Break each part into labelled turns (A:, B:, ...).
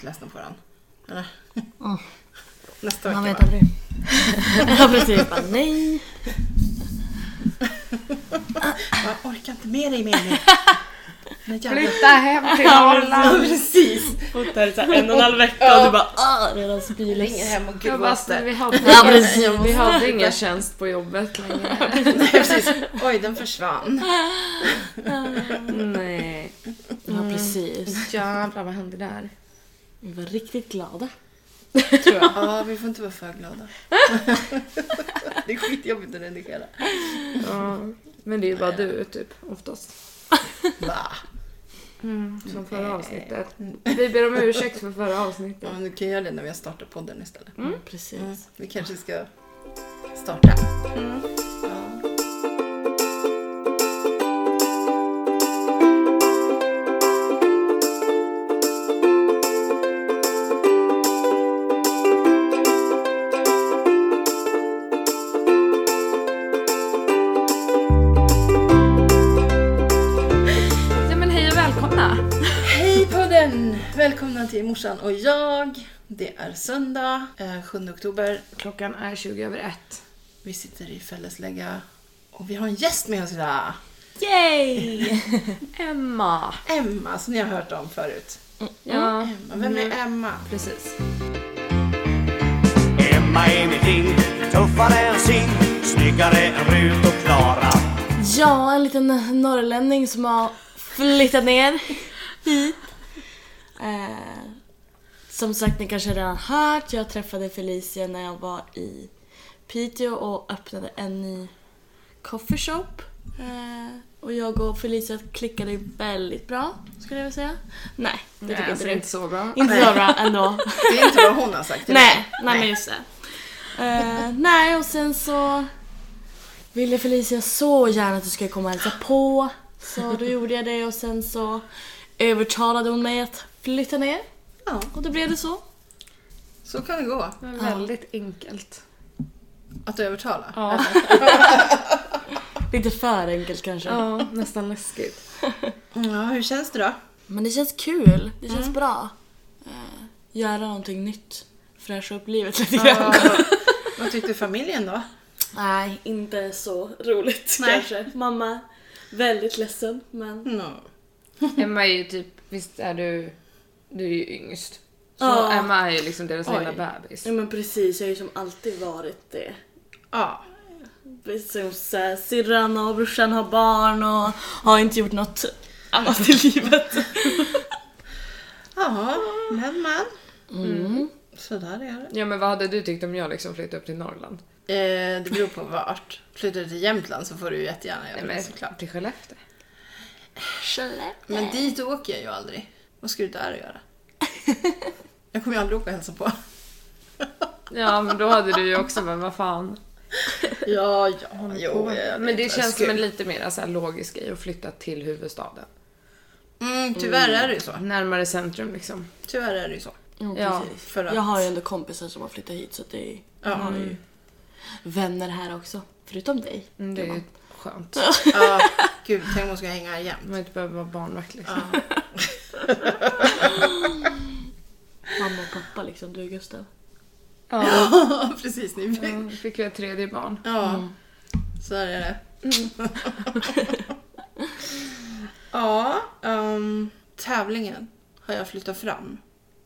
A: ledsna på varandra. Eller?
B: Mm.
A: Nästa vecka
B: Man vet
A: bara.
B: aldrig. ja precis, bara nej.
A: Jag orkar inte med dig Mimmi. Den jävla-
C: Flytta hem till Norrland!
A: precis.
B: Bott här i så här en och en halv vecka och du bara ah, redan spylis.
A: Ringer hem och gud
C: Jag
A: vad
C: bara,
A: oss
C: så
A: där.
C: vi hade,
B: Ja, precis, jag
C: vi
B: måste-
C: hade ingen tjänst på jobbet längre.
A: Nej, precis. Oj, den försvann.
C: Mm. Nej.
B: Ja precis.
C: Jävlar vad hände där?
B: Vi var riktigt glada.
A: Ja, vi får inte vara för glada. Det är skitjobbigt att redigera.
C: Ja. Men det är ju bara du typ oftast.
A: Va?
C: Som förra avsnittet. Vi ber om ursäkt för förra avsnittet.
A: Ja, men du kan göra det när vi har startat podden istället.
B: Precis.
A: Mm. Vi kanske ska starta. Ja.
C: Ja men hej och välkomna!
A: Hej podden! Välkomna till morsan och jag. Det är söndag, eh, 7 oktober.
C: Klockan är 20 över ett.
A: Vi sitter i Fälleslägga och vi har en gäst med oss idag.
B: Yay!
C: Emma! Mm.
A: Emma som ni har hört om förut.
C: Ja,
A: Emma. Vem är Emma?
C: precis.
D: Emma är mitt ting, tuffare än sin, snyggare än Rut och Klara.
B: Ja, en liten norrlänning som har flyttat ner hit. Eh, som sagt, ni kanske redan hört. Jag träffade Felicia när jag var i Piteå och öppnade en ny coffeeshop. Eh, och jag och Felicia klickade väldigt bra, skulle jag vilja säga. Nej, det tycker
C: Nej,
B: inte
C: alltså,
B: du.
C: inte så bra.
B: Inte så bra ändå.
A: Det är inte vad hon har sagt.
B: Nej, nej men just det. Eh, nej och sen så ville Felicia så gärna att du skulle komma och hälsa på. Så då gjorde jag det och sen så övertalade hon mig att flytta ner.
A: Ja,
B: Och då blev det så.
A: så kan det gå.
C: Men väldigt enkelt.
A: Att övertala.
C: Ja.
B: Lite för enkelt kanske.
C: ja, nästan läskigt.
A: Ja, hur känns det då?
B: Men det känns kul. Det känns bra. Eh, göra någonting nytt. Fräscha upp livet lite grann.
A: Vad tyckte familjen då?
B: Nej, inte så roligt
A: Nej.
B: kanske. Mamma väldigt ledsen men...
A: No.
C: Emma är ju typ, visst är du, du är ju yngst. Så
B: Ja.
C: Emma är ju liksom deras
A: Oj.
C: lilla bebis.
B: Ja men precis, jag har ju som alltid varit det.
A: Ja.
B: Liksom så här, syrran och brorsan har barn och har inte gjort något annat i livet.
A: Ja, men men.
C: Mm.
A: Så där är det.
C: Ja men vad hade du tyckt om jag liksom flyttade upp till Norrland?
A: Eh, det beror på vart. Flyttar du till Jämtland så får du ju jättegärna göra
C: Nej,
A: det
C: men,
A: såklart.
C: till Skellefteå.
A: Men dit åker jag ju aldrig. Vad ska du där och göra? Jag kommer ju aldrig åka och hälsa på.
C: Ja men då hade du ju också men vad fan.
A: Ja, ja, jo. jag vet
C: Men det
A: vad
C: känns
A: skulle-
C: som en lite mer så här logisk grej att flytta till huvudstaden.
A: Mm, tyvärr är det ju så.
C: Närmare centrum liksom.
A: Tyvärr är det ju så.
C: Ja,
A: för att-
B: Jag har ju ändå kompisar som har flyttat hit så det är jag har ju vänner här också. Förutom dig.
C: Mm, Det är ju skönt.
A: Ja, gud, tänk om hon ska hänga här jämt.
C: Man inte behöver vara barnvakt liksom.
B: Mamma och pappa liksom, du och Gustav.
C: Ja.
A: Ja, precis. Ni fick.
C: ja. Fick vi ett tredje barn.
A: Ja, så där är det.
C: Mm.
A: ja, ehm, tävlingen har jag flyttat fram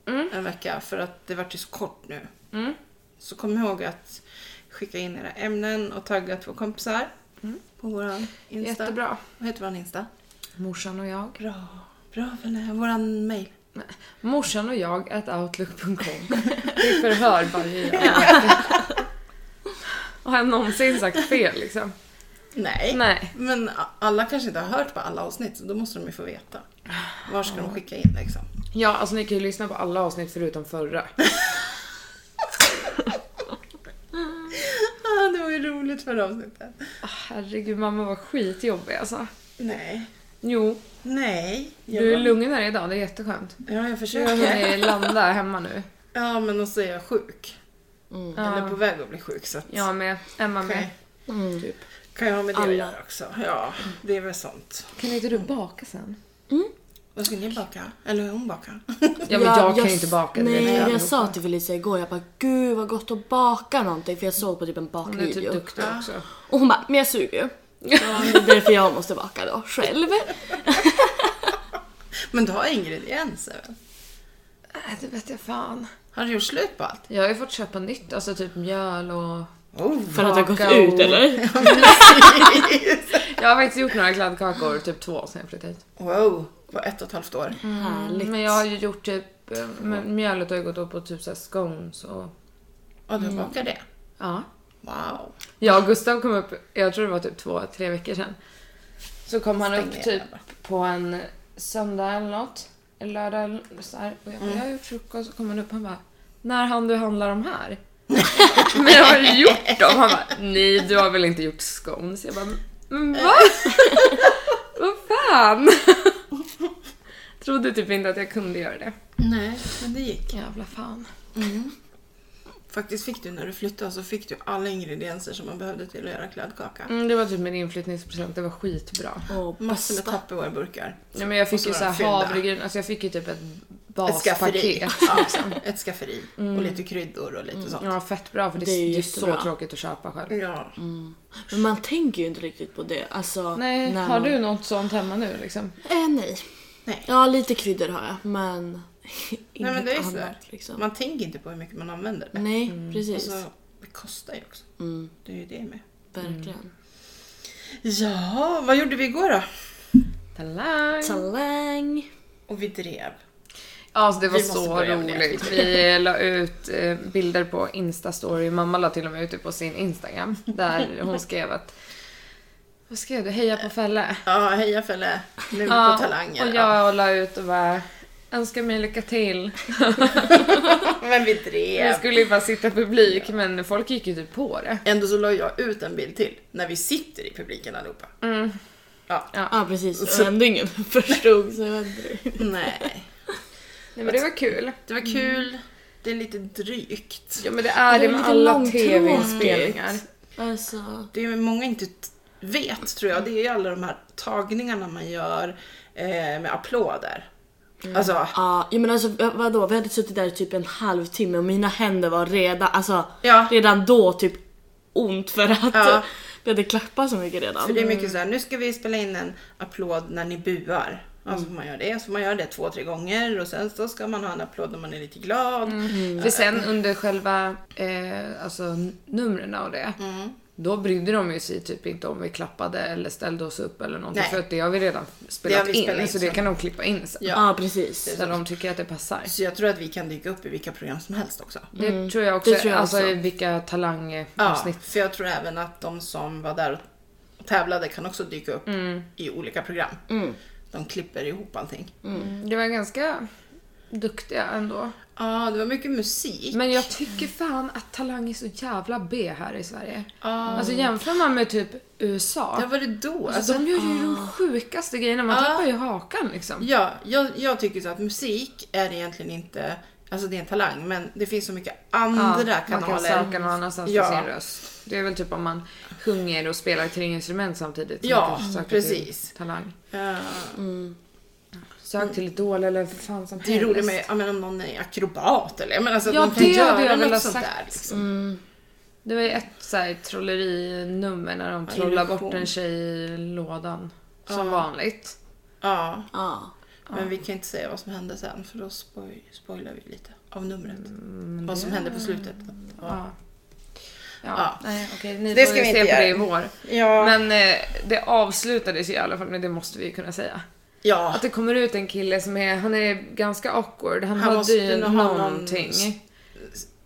C: Mm.
A: en vecka för att det vart ju så kort nu.
C: Mm.
A: Så kom ihåg att skicka in era ämnen och tagga två kompisar på våran Insta.
C: Mm. Jättebra.
A: Vad heter våran Insta?
C: Morsan och jag.
A: Bra. Bra vänner. Våran mail.
C: Morsan och jag at outlook.com. Det är förhör varje dag. Har jag någonsin sagt fel liksom?
A: Nej.
C: Nej.
A: Men a- alla kanske inte har hört på alla avsnitt så då måste de ju få veta. Var ska de skicka in liksom?
C: Ja, alltså ni kan ju lyssna på alla avsnitt förutom förra.
A: Ah, det var ju roligt förra avsnittet.
C: Ah, Herregud, mamma var skitjobbig alltså.
A: Nej.
C: Jo,
A: Nej. Jag,
C: du är lugnare idag, det är jätteskönt.
A: Ja, jag
C: Du har
A: försöker.
C: hunnit landa hemma nu.
A: Ja, men och så är jag sjuk. Eller på väg att bli sjuk. Så att,
C: Jag med, Emma
A: kan,
C: med.
A: jag,
C: Typ.
A: kan jag ha med det att göra också? Ja, det är väl sånt.
C: Kan inte du baka sen?
A: Vad ska ni baka? Eller hon bakar?
C: Ja, men jag,
B: Ja,
C: kan
B: s-
C: ju inte baka. det vet
B: Nej, jag
C: allihopa.
B: sa till Felicia igår, jag bara gud vad gott att baka någonting för jag såg på typ en
C: Hon är typ
B: bakvideo.
C: duktig också.
B: och hon bara, men jag suger ju. Det är därför jag måste baka då, själv.
A: Men du har ingredienser väl?
C: Nej, det vet jag fan.
A: Har du gjort slut på allt?
C: Jag har ju fått köpa nytt, alltså typ mjöl och...
A: Oh.
B: För att det har
C: Kakao.
B: gått ut
C: Mm,
B: eller?
C: Jag har faktiskt gjort några kladdkakor, typ två sen jag flyttade hit.
A: Wow, på ett och ett halvt år.
B: Härligt.
C: Mm, Men jag har ju gjort typ... eh, men Mjölet har ju gått upp på typ såhär scones och...
A: Och du bakar det?
C: Ja.
A: Wow.
C: Jag och Gustav kom upp, jag tror det var typ två, tre veckor sedan. Så kom han
A: Stäng
C: upp
A: ner
C: typ
A: den bara.
C: på en söndag eller något. Eller lördag eller så här. Och jag, bara, jag har gjort frukost. Så kom han upp han bara, när hann du handla de här? men jag har ju gjort dem. Han bara, nej du har väl inte gjort scones? Jag bara, men va? Vad fan? Trodde typ inte att jag kunde göra det.
A: Nej, men det gick.
C: Jävla fan.
A: Faktiskt fick du när du flyttade så fick du alla ingredienser som man behövde till att göra kladdkaka.
C: Mm, det var typ min inflyttningspresent, det var skitbra.
B: Och
A: Massor med
B: pasta.
A: Tupperware-burkar.
C: Nej, men jag
A: Och
C: fick
A: så
C: ju
A: var
C: såhär
A: de fyllda.
C: havregryn, alltså jag fick ju typ ett
A: Ett skafferi.
C: baspaket.
A: Ja, ett skafferi. Och lite kryddor och lite sånt.
C: Mm. Ja, Mm. fett bra för det,
B: Det är
C: är,
B: ju
C: det är så
B: jättebra.
C: tråkigt att köpa själv.
A: Ja.
B: Men man tänker ju inte riktigt på det. Alltså,
C: Nej,
B: när
C: har
B: man-
C: du något sånt hemma nu liksom?
B: Eh, nej.
A: Nej.
B: Ja, lite kryddor har jag, men inget
A: Nej men det är ju
B: annat.
A: sådär.
B: Liksom.
A: Man tänker inte på hur mycket man använder det.
B: Nej, precis.
A: Alltså, det kostar ju också.
B: Mm,
A: Det är ju det med.
B: verkligen.
A: Ja, vad gjorde vi igår då?
C: Talang!
A: Mm.
B: Talang!
A: Och vi drev.
C: Alltså det var
A: Vi måste
C: så
A: börja med det.
C: roligt. Vi la ut eh, bilder på Insta-story. Mamma la till och med ut det på sin Instagram. Där hon skrev att... Vad skrev du? Heja på Felle.
A: Ja, heja Felle. Nu på talanger.
C: och jag la ut och bara... Önskar mig lycka till.
A: Ja. Men vi
C: Vi
A: drev.
C: skulle ju bara sitta publik men folk gick ju typ på det.
A: Ändå så la jag ut en bild till. När vi sitter i publiken allihopa. Ja.
B: Ja, ah, precis. Och ändå ingen förstod. Så jag vet inte.
A: Nej.
C: Nej men det var kul.
A: Det var kul. Det är lite drygt.
C: Ja men det är det,
B: Det var
C: med
B: lite
C: alla
B: långtråkigt.
C: tv-inspelningar.
B: Alltså,
A: Det är många inte t- vet tror jag, det är ju alla de här tagningarna man gör eh, med applåder. Alltså,
B: ja, ja, men alltså vadå? Vi hade suttit där i typ en halvtimme och mina händer var redan, alltså,
A: Ja.
B: redan då typ ont för att
A: Ja.
B: vi hade klappat så mycket redan.
A: för det är mycket så här, nu ska vi spela in en applåd när ni buar. Ja, så får man göra det, så får man göra det två, tre gånger och sen så ska man ha en applåd när man är lite glad.
B: Mm.
C: För sen under själva eh, alltså, numren och det, då brydde de ju sig typ inte om vi klappade eller ställde oss upp eller någonting.
A: Nej.
C: För att det har vi redan spelat,
A: vi spelat
C: in,
A: in,
C: så det
A: så-
C: kan de klippa in sen.
A: Ja.
B: Ja, precis.
C: Så de tycker att det passar.
A: Så jag tror att vi kan dyka upp i vilka program som helst också.
C: Det tror jag också.
B: Mm. det tror jag
C: alltså
B: också.
C: i vilka eh,
A: Ja,
C: talangavsnitt.
A: för jag tror även att de som var där och tävlade kan också dyka upp i olika program. De klipper ihop allting.
C: Mm. Det var ganska duktiga ändå.
A: Ja, det var mycket musik.
C: Men jag tycker fan att Talang är så jävla B här i Sverige.
A: Ja.
C: Alltså jämför man med typ USA.
A: Ja, vad är det då?
C: Alltså, de gör ju de sjukaste grejerna, man
A: Ja.
C: tappar ju hakan liksom.
A: ah. Ja, jag, jag tycker så att musik är egentligen inte, alltså det är en talang, men det finns så mycket
C: Ja,
A: andra
C: Ah, man kan
A: kanaler.
C: söka någon annanstans
A: Ja.
C: för sin röst. Det är väl typ om man sjunger och spelar kring instrument samtidigt. som
A: Ja,
C: man kan söka till
A: precis.
C: Talang.
A: Eh,
C: Sök till Idol eller vad fan som
A: det är roligt med, jag menar, om någon är akrobat eller, jag menar, så att
C: Ja,
A: man kan
C: det hade
A: göra
C: jag
A: något
C: velat
A: sånt
C: sagt. Mm.
A: där. Liksom.
C: Det var ju ett så här, trollerinummer när de trollade
A: illusion.
C: bort en tjej i lådan. Som vanligt.
A: Ja,
B: Ja.
A: men vi kan inte säga vad som hände sen för då spoil, spoilar vi lite av numret. vad som hände på slutet. Ja.
C: Ja. Ja,
A: Ja.
C: nej okej, ni
A: Det
C: får
A: ska
C: ju
A: vi
C: se
A: inte
C: på det i
A: göra.
C: vår.
A: Ja.
C: Men eh, det avslutades ju i alla fall, men det måste vi ju kunna säga.
A: ja,
C: Att det kommer ut en kille som är, han är ganska awkward, han,
A: Han
C: hade
A: måste
C: ju
A: nog ha någon-
C: någonting.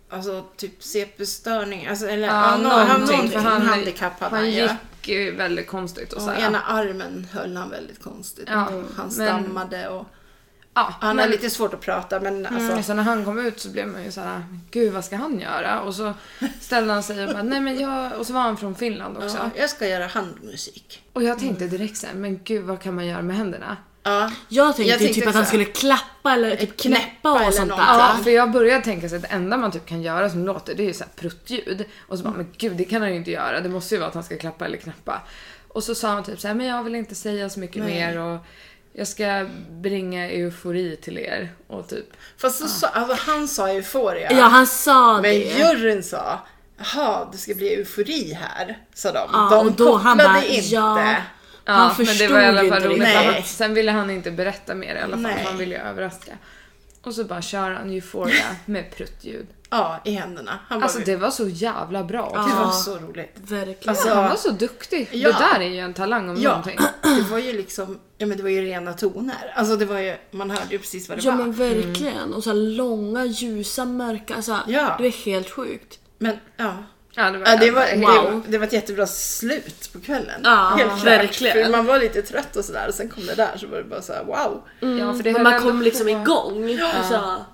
A: alltså typ CP-störning, alltså, eller
C: Ja,
A: ja, nå-
C: någonting,
A: någonting
C: för han-
A: handikapp hade
C: Han
A: han ju.
C: gick ju väldigt konstigt och
A: Och
C: så här.
A: ena armen höll han väldigt konstigt.
C: Ja, men-
A: han stammade och
C: Ja,
A: han
C: men,
A: har lite svårt att prata men alltså
C: mm, så när han kom ut så blev man ju så här, gud vad ska han göra? Och så ställde han sig och bara, nej men jag, och så var han från Finland också.
A: Ja, Mm. jag ska göra handmusik.
C: Och jag tänkte direkt så här, men gud vad kan man göra med händerna?
A: Ja.
B: Jag tänkte,
A: Jag
B: ju
A: tänkte
B: typ att han
A: också.
B: skulle klappa eller typ
A: knäppa
B: knäppa
A: eller
B: och sånt där.
A: någonting.
C: Ja,
A: Ja.
C: för jag började tänka sig att det enda man typ kan göra som låter det är ju så här pruttljud. Och så bara, men gud det kan han ju inte göra. Det måste ju vara att han ska klappa eller knäppa. Och så sa han typ så här, men jag vill inte säga så mycket mer och Jag ska bringa eufori till er och typ...
A: Fast så, sa- alltså, han sa euforia.
B: Ja, han sa
A: men
B: det.
A: juryn sa Jaha, det ska bli eufori här, sa de.
B: ja,
A: de
B: och då han
A: kopplade
B: bara,
A: inte.
B: ja.
C: Ja,
B: Han
C: men det
B: förstod
C: var i alla
B: ju
C: fall
B: inte
C: roligt.
B: riktigt.
A: Nej.
C: för han- Sen ville han inte berätta mer i alla fall,
A: Nej.
C: han ville ju överraska. Och så bara kör han Euphoria med pruttljud.
A: Ja, i händerna. Han bara,
C: Alltså det var så jävla bra också.
A: det var
B: Ja.
A: så roligt.
B: Verkligen.
A: Alltså,
C: Han var så duktig.
A: Ja.
C: Det där är ju en talang om
A: Ja.
C: någonting.
A: det var ju liksom, ja men det var ju rena toner. Alltså det var ju, man hörde ju precis vad det
B: Ja
A: var. Mm.
B: men verkligen. Och så här långa, ljusa, mörka. Alltså,
A: Ja.
B: det är helt sjukt.
A: Men ja.
C: Ja, det var,
A: Ja, det, var,
C: jävla-
B: Wow.
A: det, det var ett jättebra slut på kvällen.
B: Ja,
A: Helt klart.
B: verkligen.
A: För man var lite trött och sådär och sen kom det där så var det bara så här: wow.
C: Ja, för det
B: Men
C: höll
B: man
C: ändå
B: kom liksom
C: på.
B: igång. Alltså,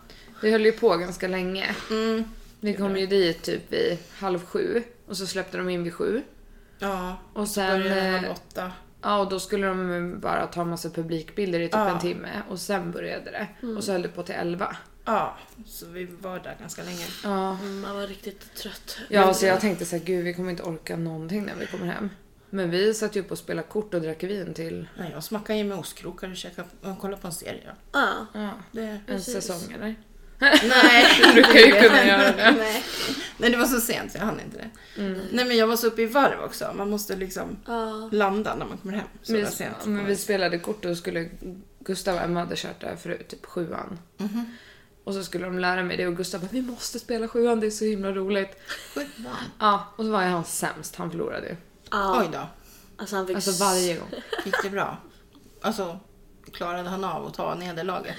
C: Det höll ju på ganska länge.
A: Mm.
C: Vi kom ju dit typ vid halv sju och så släppte de in vid sju.
A: Ja,
C: Och sen...
A: började halv
C: eh,
A: åtta.
C: Ja, och då skulle de bara ta massa publikbilder i typ
A: Ja. Mm.
C: en timme och sen började det. Och så höll det på till elva.
A: Ja, så vi var där ganska länge.
C: Ja,
B: man var riktigt trött.
C: ja så jag tänkte så här, gud vi kommer inte orka någonting när vi kommer hem. Men vi satt ju upp och spelade kort och drack vin till
A: Nej, jag smakade i mig ostkrokar och, käkade, och kollade på en serie.
B: Ja.
C: ja,
A: Det...
C: en säsong eller?
A: Nej, det
C: brukar ju kunna
A: det.
C: göra det.
A: Nej. Nej, det var så sent så jag hann inte det. Nej, men jag var så uppe i varv också. Man måste liksom
B: Ja.
A: landa när man kommer hem. Så det
C: Vi,
A: var sent.
C: men vi spelade kort och skulle Gustav och Emma hade kört det här förut, typ sjuan.
B: Mhm.
C: Och så skulle de lära mig det och Gustav bara vi måste spela sjuan, det är så himla roligt.
A: Sjutton.
C: Ja, och så var jag han sämst, han förlorade ju.
B: ja.
A: Oj då,
B: Alltså han fick
C: Alltså varje gång.
A: gick det bra? Alltså, klarade han av att ta nederlaget?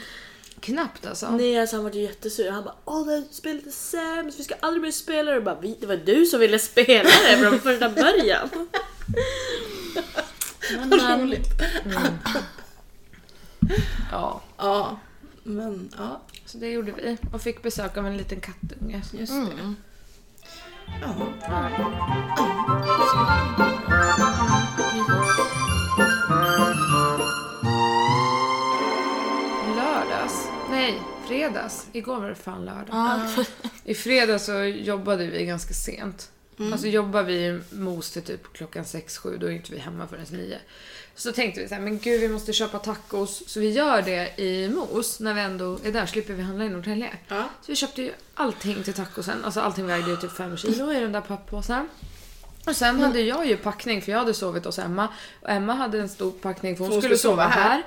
C: Knappt alltså.
B: Nej alltså han var ju jättesur. Han bara åh det här spelet är sämst, vi ska aldrig mer spela det. Och bara, "Vi- det var du som ville spela det från första början. Men, men,
C: Ja,
A: Ja, men ja,
C: så det gjorde vi och fick besök av en liten kattunge.
A: just det. Ja.
C: Lördags? Nej, fredags. Igår var det fan lördag.
B: ja,
C: I fredags så jobbade vi ganska sent.
B: Mm.
C: Alltså jobbar vi mos till typ klockan 6-7, då är inte vi hemma förrän 9. Så tänkte vi så här, men gud vi måste köpa tacos. Så vi gör det i mos när vi ändå är där, slipper vi handla i Norrtälje.
A: Ja.
C: Så vi köpte ju allting till tacosen, alltså allting vägde ju typ 5 kilo i den där papppåsen. Och sen hade jag ju packning för jag hade sovit hos Emma. Och Emma hade en stor packning för hon, skulle sova här.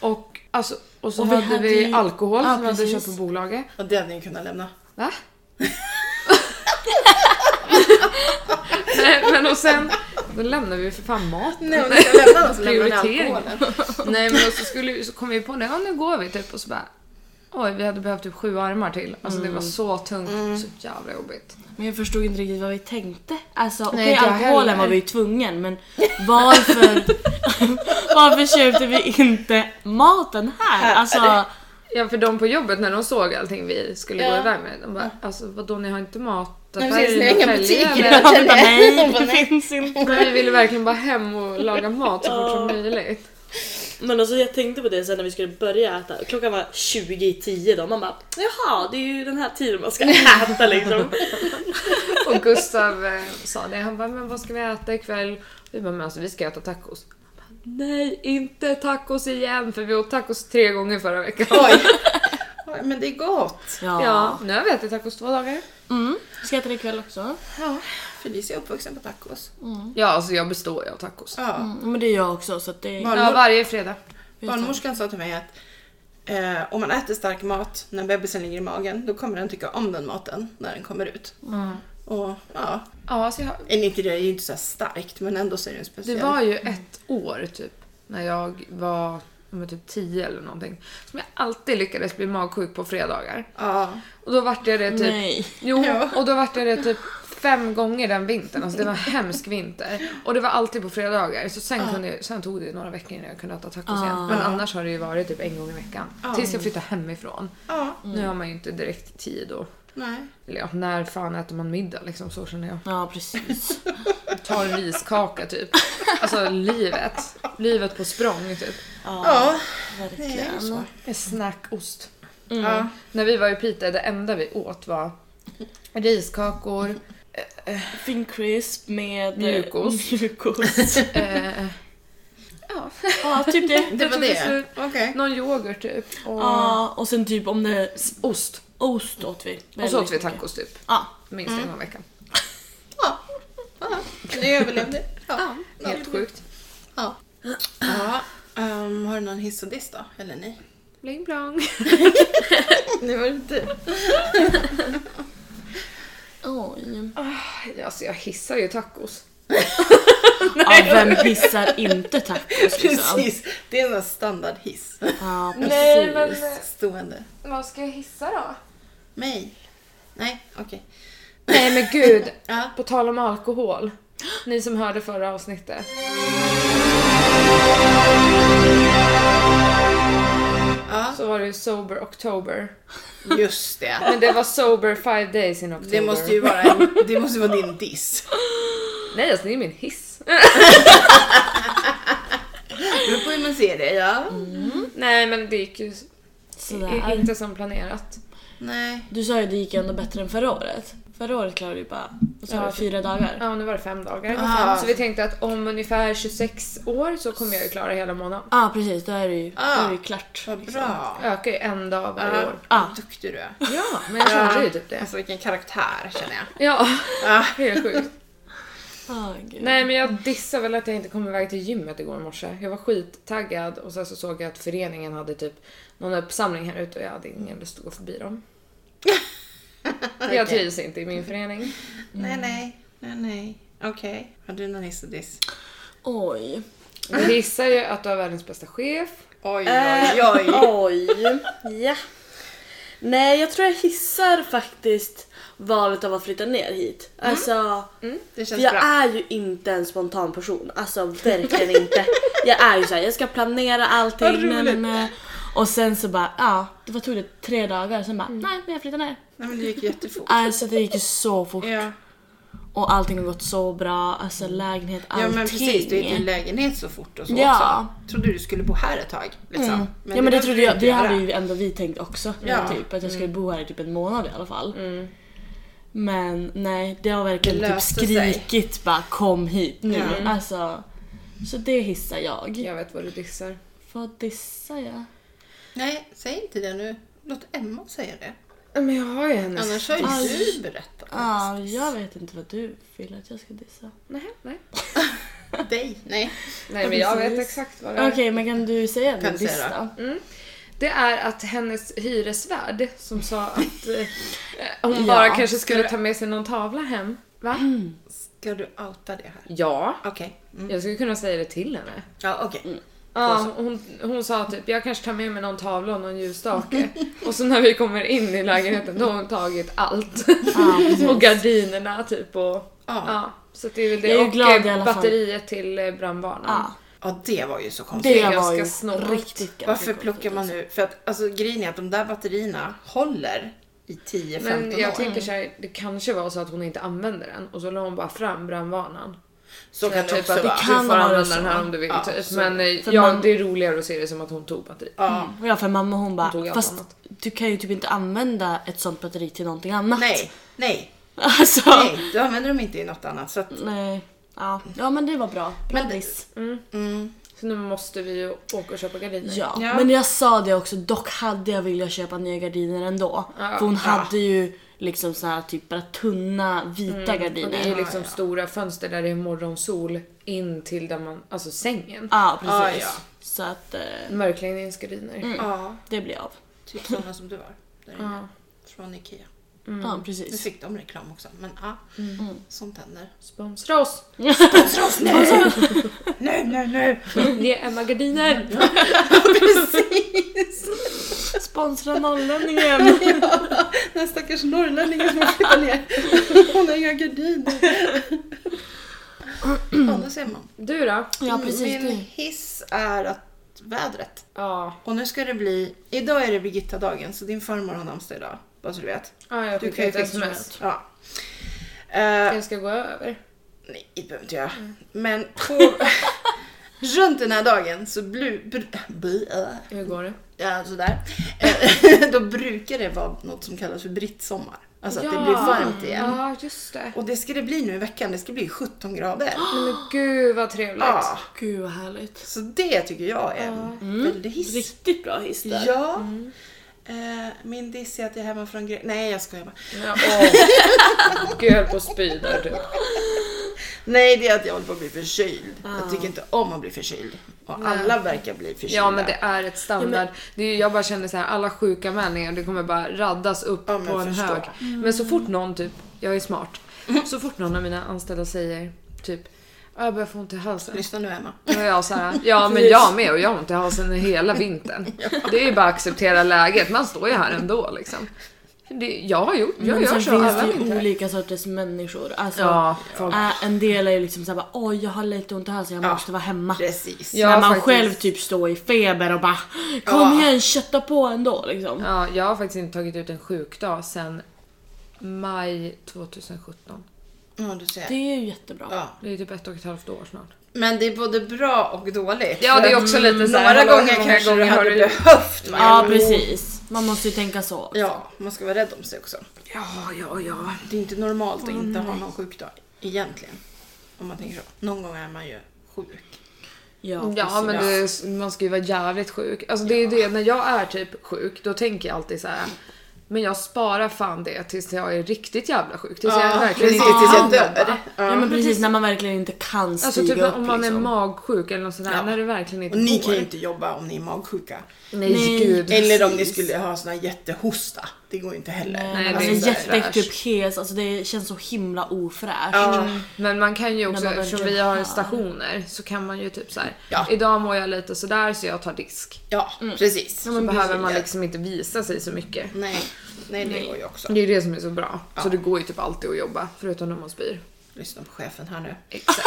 C: Och, alltså, och så
B: Och vi
C: hade,
B: hade
C: vi
B: ju-
C: alkohol
B: Ja,
C: som vi hade
B: precis.
C: köpt på bolaget.
A: Och det hade ni kunnat lämna.
C: Va? Nej, men och sen, då lämnade vi för fan mat.
A: Nej, om ni ska lämna något så lämnar ni
C: Prioritering.
A: alkoholen.
C: Nej men och så, skulle, vi- så kom vi på det, ja nu går vi typ och så bara Oj, vi hade behövt typ sju armar till. Alltså det var så tungt,
A: Mm.
C: så jävla jobbigt.
B: men jag förstod inte riktigt vad vi tänkte. Alltså okej
C: inte jag heller.
B: alkoholen var vi ju tvungen men varför varför köpte vi inte maten här? Alltså
C: Ja för de på jobbet när de såg allting vi skulle
A: Ja.
C: gå iväg med, de bara alltså vadå ni har inte mat?
A: Nej, precis, ni har inga butiker.
B: Ja, men bara, nej,
A: Bara,
B: det
A: nej.
B: finns inte.
C: Nej, vi ville verkligen bara hem och laga mat så fort som möjligt.
B: Men alltså jag tänkte på det sen när vi skulle börja äta. Klockan var 20 i 10 då. Man bara jaha, det är ju den här tiden man ska äta liksom.
C: Och Gustav eh, sa det, han bara men vad ska vi äta ikväll? Vi bara men alltså vi ska äta tacos. Han bara, Nej, inte tacos igen för vi åt tacos tre gånger förra veckan.
A: Oj. Oj, men det är gott.
C: Ja, nu har vi ätit tacos två dagar.
B: Mm. Ska jag äta det ikväll också?
A: Ja, Felicia är uppvuxen på tacos.
C: Ja, alltså jag består ju av tacos.
A: Ja.
B: Mm, men det är jag också så att det är...
A: Barnmor-
C: Ja, varje fredag.
A: Barnmorskan sa till mig att eh, om man äter stark mat när bebisen ligger i magen, då kommer den tycka om den maten när den kommer ut. Och ja,
C: Ja, alltså jag,
A: eller inte det är ju inte så här starkt, men ändå så är det en speciell.
C: det var ju ett år typ när jag var ja, men typ 10 eller någonting som jag alltid lyckades bli magsjuk på fredagar.
A: Ja,
C: Och då vart jag det typ...
B: Nej.
C: Jo,
A: Ja.
C: och då vart jag det typ fem gånger den vintern. Alltså det var en hemsk vinter. Och det var alltid på fredagar. Så sen, kunde jag, sen tog det några veckor innan jag kunde äta tacos igen.
A: Ah.
C: Men annars har det ju varit typ en gång i veckan. Tills jag flyttade hemifrån.
A: ja,
C: Nu har man ju inte direkt tid och...
A: nej.
C: Eller ja, när fan äter man middag liksom? Så känner jag.
B: Ja precis.
C: Tar en riskaka typ. Alltså livet. Livet på språng typ.
A: Ja, det är ju
B: Verkligen. Mm.
A: så.
C: Med snackost.
A: Ja.
C: När vi var i Piteå, det enda vi åt var riskakor,
B: Fin crisp med eh,
C: Mjukost.
B: mjukost.
C: eh, Ja.
B: Ja, typ det.
A: Det var
C: tog
A: det?
C: slut.
A: Okej.
C: Någon yoghurt typ. Och
B: Ja, och sen typ om det...
C: ost.
B: Ost åt vi.
C: Och så
B: Väldigt
C: åt vi
B: mycket.
C: tacos typ.
B: Ja.
C: Minst
A: Mm.
C: en gång i veckan.
A: Ja. Ja. Ni överlevde. Ja.
C: Helt sjukt.
A: Ja. ja. ehm, har du någon hiss och diss då? Eller nej?
C: Bling blong.
A: Nu var det inte
B: Oj.
C: Alltså jag hissar ju tacos.
B: Ja, vem pissar inte tacos liksom?
A: Precis. Det är en sån här standardhiss.
B: Ja, precis.
C: Nej, men-
A: Stående.
C: Vad ska jag hissa då?
A: Mig? Nej, okej.
C: Nej men gud.
A: Ja.
C: På tal om alkohol. Ni som hörde förra avsnittet.
A: Ja,
C: Så var det ju sober oktober.
A: just det.
C: Men det var sober five days in
B: Typ
C: oktober.
A: Det måste ju vara, en, det måste vara din diss.
C: Nej alltså det är min hiss.
A: Nu får man se det, ja.
C: Nej men det gick ju s- i-
B: Sådär.
C: inte som planerat.
A: Nej.
B: Du sa ju att det gick ändå bättre än förra året. Förra året klarade du bara vad sa
C: Ja,
B: du, fyra dagar.
C: Ja nu var det fem dagar.
A: Ah.
C: Så vi tänkte att om ungefär 26 år så kommer jag ju klara hela månaden.
B: Ja, precis. Då är det ju, då är det ju
C: Ah.
A: Ja.
B: klart.
A: Vad bra.
C: Ökar ju en dag varje
A: Ja,
C: år.
A: vad duktig du är.
C: Ah. Ja men jag kände ju typ det.
A: Alltså vilken karaktär känner
B: Mm.
A: jag.
C: Ja,
A: Ja.
C: helt sjukt.
B: Ah, gud.
C: Nej men jag dissar väl att jag inte kom iväg till gymmet igår morse. Jag var skittaggad och sen så såg jag att föreningen hade typ någon uppsamling här ute och jag hade ingen lust att gå förbi dem. Jag trivs inte i min förening.
A: Nej, nej, nej, nej. Okej. Har du någon hiss och diss?
B: Oj.
C: Jag dissar ju att du har världens bästa chef.
A: Oj, oj,
B: Eh,
A: oj.
B: Oj. Ja. Nej, jag tror jag hissar faktiskt valet av att flytta ner hit. Alltså,
A: Det
B: för
A: Mm. känns
B: jag
A: bra.
B: är ju inte en spontan person. Alltså verkligen inte. Jag är ju såhär, jag ska planera
A: Vad
B: allting.
A: roligt.
B: Nej, nej, nej. Och sen så bara, ja, det var tog det tre dagar, sen
A: Mm.
B: bara, nej men jag flyttar ner.
A: Nej, men det gick jättefort.
B: Alltså det gick ju så fort.
A: Ja,
B: Och allting har gått så bra, alltså lägenhet, allting.
A: ja men precis. Du hittade en lägenhet så fort och så
B: Ja. Mm.
A: också. Trodde du skulle bo här ett tag. Liksom.
B: ja men det
A: behövde
B: trodde
A: du
B: jag,
A: inte
B: det
A: göra.
B: hade ju ändå vi tänkt också.
A: Ja.
B: Typ, att jag skulle bo här i typ en månad i alla fall.
C: Mm.
B: Men nej, det har verkligen
A: Det
B: typ
A: löste
B: skrikit bara kom hit nu.
A: Ja.
B: Alltså, så det hissar jag.
C: Jag vet vad du dissar.
B: Vad dissar jag?
A: Nej, säg inte det nu. Låt Emma säga det.
C: Men jag har ju hennes... Alltså,
A: Annars har ju
B: Aj.
A: du berättat.
B: alltså, Ja, Ah, jag vet inte vad du vill att jag ska dissa.
C: Nej, nej.
A: Dig. Nej.
C: nej men jag vet
B: Precis.
C: exakt vad det är.
B: Okej, men kan du säga
A: Kan
B: din
A: jag säga
B: diss då?
C: Det är att hennes hyresvärd som sa att eh, hon
B: Ja.
C: bara kanske skulle ta med sig någon tavla hem. Va?
A: Ska du outa det här?
C: Ja.
A: Okej. Mm.
C: Jag skulle kunna säga det till henne.
A: Ja, okej.
C: Ja, hon, hon sa typ jag kanske tar med mig någon tavla och någon ljusstake. och så när vi kommer in i lägenheten då har hon tagit allt.
B: Ja, precis.
C: och gardinerna typ och...
A: Ja.
C: Ja, så det är väl det.
B: Jag är ju
C: och
B: glad
C: eh,
B: i alla fall.
C: batteriet till eh, brandvarnaren.
B: Ja,
A: Ja, det var ju så konstigt.
B: det,
C: ganska
B: var ju
C: snålt.
B: riktigt ganska
A: Varför
B: konstigt,
A: plockar man
B: alltså.
A: nu? För att alltså, grejen är att de där batterierna håller i 10-15 år. Mm.
C: Men jag tänker så här, det kanske var så att hon inte använder den och så la hon bara fram brandvarnaren.
A: så kan det
C: typ
A: också
C: att
A: vara.
B: Det
C: du
B: kan
C: får
B: vara
C: använda
B: så.
C: den här om du vill.
A: Ja,
C: typ.
A: så-
C: Men eh,
B: för
C: ja,
B: man-
C: det är roligare att se det som att hon tog batteriet.
A: Ja.
B: Och jag för mamma hon bara,
C: Hon tog allt
B: fast
C: annat."
B: du kan ju typ inte använda ett sånt batteri till någonting annat.
A: Nej, nej,
B: Alltså. Nej.
A: nej. Du använder dem inte i något annat. Så att,
B: Ja. ja men det var bra. Bra
A: Men det-
B: diss.
A: mm,
C: Så nu måste vi ju åka och köpa gardiner.
B: Ja.
A: Ja.
B: men jag sa det också, dock hade jag velat köpa nya gardiner ändå.
C: Ja,
B: För hon
A: ja.
B: hade ju liksom så här typ bara tunna vita
C: Mm, Och det är ju
B: gardiner.
C: liksom
A: Ja, ja.
C: stora fönster där det är morgonsol in till där man, alltså sängen.
B: Ja precis.
A: Ja, ja.
B: Så att eh,
C: Mörkläggningsgardiner.
B: Mm.
A: ja,
B: det blir av.
A: typ sådana som du var. Där inne. Från Ikea.
C: Mm.
B: Ja
A: Nu
B: precis.
A: fick de reklam också, men ja. Sånt händer.
C: Sponsra oss!
A: Nu, nu, nu!
C: Ge Emma gardiner!
B: Sponsra norrlänningen.
A: Den stackars norrlänningen som har flyttat ner. Hon har inga gardiner. Ja, då ser man.
C: Du då?
B: ja precis.
A: Min
B: Det.
A: hiss är att vädret.
C: Ja,
A: Och nu ska det bli... Idag är det Birgitta-dagen, så din farmor har namnsdag idag. Bara så du vet.
C: ja jag
A: Du
C: skickar
A: kan ju
C: ett
A: skicka
C: sms.
A: Ja. Eh,
C: Jag ska gå över.
A: Mm. Nej, det behöver inte jag. Men på, Runt den här dagen så blu, br, bl,
C: Hur går det?
A: ja, sådär. Eh, Då brukar det vara något som kallas för brittsommar. Alltså att det blir varmt igen.
C: Ja, just det.
A: Och det ska det bli nu i veckan. Det ska bli 17 grader.
C: Nej, men gud vad trevligt.
A: Ja,
B: Gud vad härligt.
A: så det tycker jag är
C: Ah.
A: en väldig hiss.
B: Riktigt bra hiss där.
A: Ja. Eh, min diss är att jag är hemma från Gre- Nej, jag skojar bara.
C: Ja, åh. Gud, jag höll på att spy där du.
A: Nej, det är att jag håller på att bli förkyld. Jag tycker inte om att bli förkyld. Och alla verkar bli förkylda.
C: Ah. Ja men det är ett standard. Det är, ju- jag bara känner så här, alla sjuka människor det kommer bara raddas upp
A: Ja, men
C: på
A: jag
C: en
A: förstår.
C: hög.
B: Mm.
C: Men så fort någon typ, jag är smart, så fort någon av mina anställda säger typ "Ah, jag börjar få ont i halsen.
A: Lyssna nu Emma.
C: Då är jag så här, ja men jag med och jag har ont i halsen hela vintern. Det är ju bara att acceptera läget, man står ju här ändå liksom. Det, jag har gjort, jag
B: Men
C: gör
B: sen
C: så
B: finns
C: alla
B: det ju
C: vintrar.
B: olika sorters människor. Alltså,
C: Ja, folk-
B: äh, en del är ju liksom såhär bara oj jag har lite ont i halsen, jag
A: Ja.
B: måste vara hemma.
A: Precis.
C: Ja.
B: När man
C: faktiskt.
B: själv typ står i feber och bara kom
A: Ja.
B: igen kötta på ändå liksom.
C: Ja, jag har faktiskt inte tagit ut en sjukdag sedan maj 2017.
A: Ja, du ser.
B: Det är ju jättebra.
A: Ja.
C: Det är typ ett och ett halvt år snart.
A: Men det är både bra och dåligt.
C: Ja,
A: För
C: det är
A: att
C: också lite så här,
A: Några
C: hallå,
A: gånger
C: hur många
A: kanske du
C: gånger har
A: hade
C: du-
A: behövt va?
B: Ja precis, man måste ju tänka så.
A: Ja, man ska vara rädd om sig också.
C: Ja, ja, ja.
A: Det är inte normalt att inte ha någon sjukdag egentligen. Om man tänker så. Någon gång är man ju sjuk.
B: Ja,
C: Ja, men det, man ska ju vara jävligt sjuk. Alltså det är ju det, när jag är typ sjuk, då tänker jag alltid så här. Men jag sparar fan det tills jag är riktigt jävla sjuk. Tills jag verkligen inte
A: precis, tills jag
C: kan jobba.
A: dör.
B: Ja
A: Ja.
B: men precis när man verkligen inte kan stiga
C: Alltså typ
B: upp
C: om man
B: liksom.
C: är magsjuk eller något sånt där,
A: Ja.
C: när det verkligen inte
A: Och ni
C: går.
A: kan ju inte jobba om ni är magsjuka.
C: Nej,
B: Nej.
C: gud.
A: Eller om ni skulle ha sån här jättehosta. Det går ju inte heller.
B: Nej,
C: det
B: alltså
C: är inte
B: jättehögt
C: fräscht.
B: upp hes, alltså det känns så himla ofräscht.
A: Ja.
C: Men man kan ju också,
B: man verkligen
C: eftersom vi har
B: hör.
C: stationer, så kan man ju typ så här.
A: Ja.
C: Idag mår jag lite sådär så jag tar disk.
A: Ja, precis.
C: Så behöver man
A: Ja.
C: liksom inte visa sig så mycket.
A: Nej, nej det går ju också.
C: Det är ju det som är så bra. Så det går ju typ alltid att jobba, förutom när man spyr.
A: Lyssna på chefen här nu.
C: Exakt.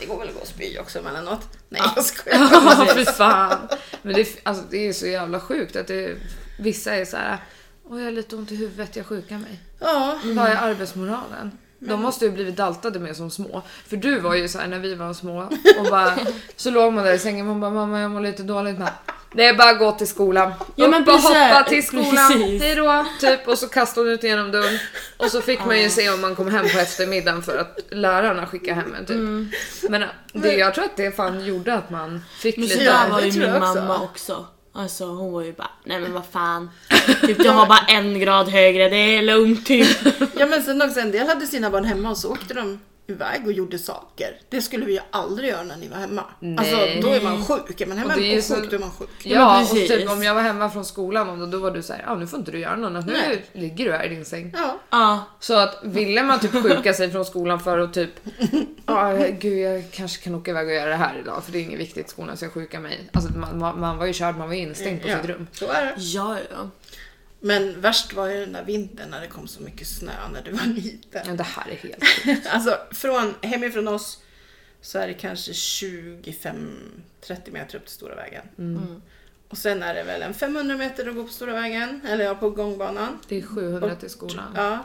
A: Det går väl att gå och spy också emellanåt? Nej, jag skojar.
C: Ja, fy fan. Men det, alltså, det är så jävla sjukt att det, vissa är så här. Åh, jag har lite ont i huvudet, jag sjukar mig.
A: Ja,
C: Vad är
B: Mm.
C: arbetsmoralen? De måste ju blivit daltade med som små. För du var ju så här när vi var små och bara, så låg man där i sängen och bara mamma jag mår lite dåligt med. Det är bara att gå till skolan.
B: Ja, men
C: Upp och
B: precis.
C: hoppa till skolan.
B: Precis.
C: Hej då, typ. Och så kastade hon ut genom dörren. Och så fick man ju se om man kom hem på eftermiddagen för att lärarna skickade hem en typ.
B: Mm.
C: Men det, jag tror att det fan gjorde att man fick
B: Men så
C: lite...
B: där var
A: det
B: ju
A: tror
B: min
A: jag också.
B: mamma också. Alltså hon var ju bara, nej men vad fan. Typ jag har bara en grad högre, det är lugnt typ.
A: ja men sen också en del hade sina barn hemma och så åkte de iväg och gjorde saker. Det skulle vi ju aldrig göra när ni var hemma. Alltså då är man sjuk. Är man hemma
C: Och
A: och,
C: det är ju
A: sjuk
C: så-
A: då är man sjuk.
C: Ja, och
B: precis.
C: typ om jag var hemma från skolan då, då var du så här, ja nu får inte du göra något annat. Nu
A: Nej.
C: ligger du här i din säng.
A: Ja,
B: Ja,
C: Så att ville man typ sjuka sig från skolan för att typ Ja gud jag kanske kan åka iväg och göra det här idag för det är inget viktigt i skolan så jag sjukar mig. Alltså man, man, man var ju körd, man var ju instängd på
A: ja.
C: sitt rum.
A: Så är det.
B: ja, ja.
A: Men värst var ju den där vintern när det kom så mycket snö när du var liten.
C: Men det här är helt
A: Alltså från, hemifrån oss så är det kanske 25-30 meter upp till stora vägen.
C: Mm.
A: Och sen är det väl en 500 meter att gå på stora vägen, eller ja, på gångbanan.
C: Det är 700 till skolan.
A: Ja.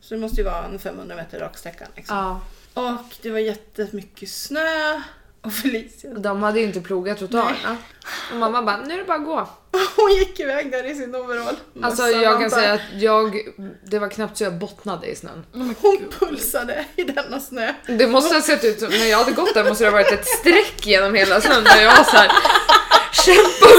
A: Så det måste ju vara en 500 meter raksträcka. Liksom.
C: Ja.
A: Och det var jättemycket snö. Och Felicia,
C: De hade ju inte plogat trottoarerna. Och mamma bara, nu är det bara att gå.
A: hon gick iväg där i sin overall.
C: Alltså
A: Massa
C: jag kan
A: vantar.
C: säga att jag, det var knappt så jag bottnade i snön.
A: Hon pulsade i denna snö.
C: Det måste ha sett ut som, när jag hade gått där måste det ha varit ett streck genom hela snön där jag var såhär, kämpa!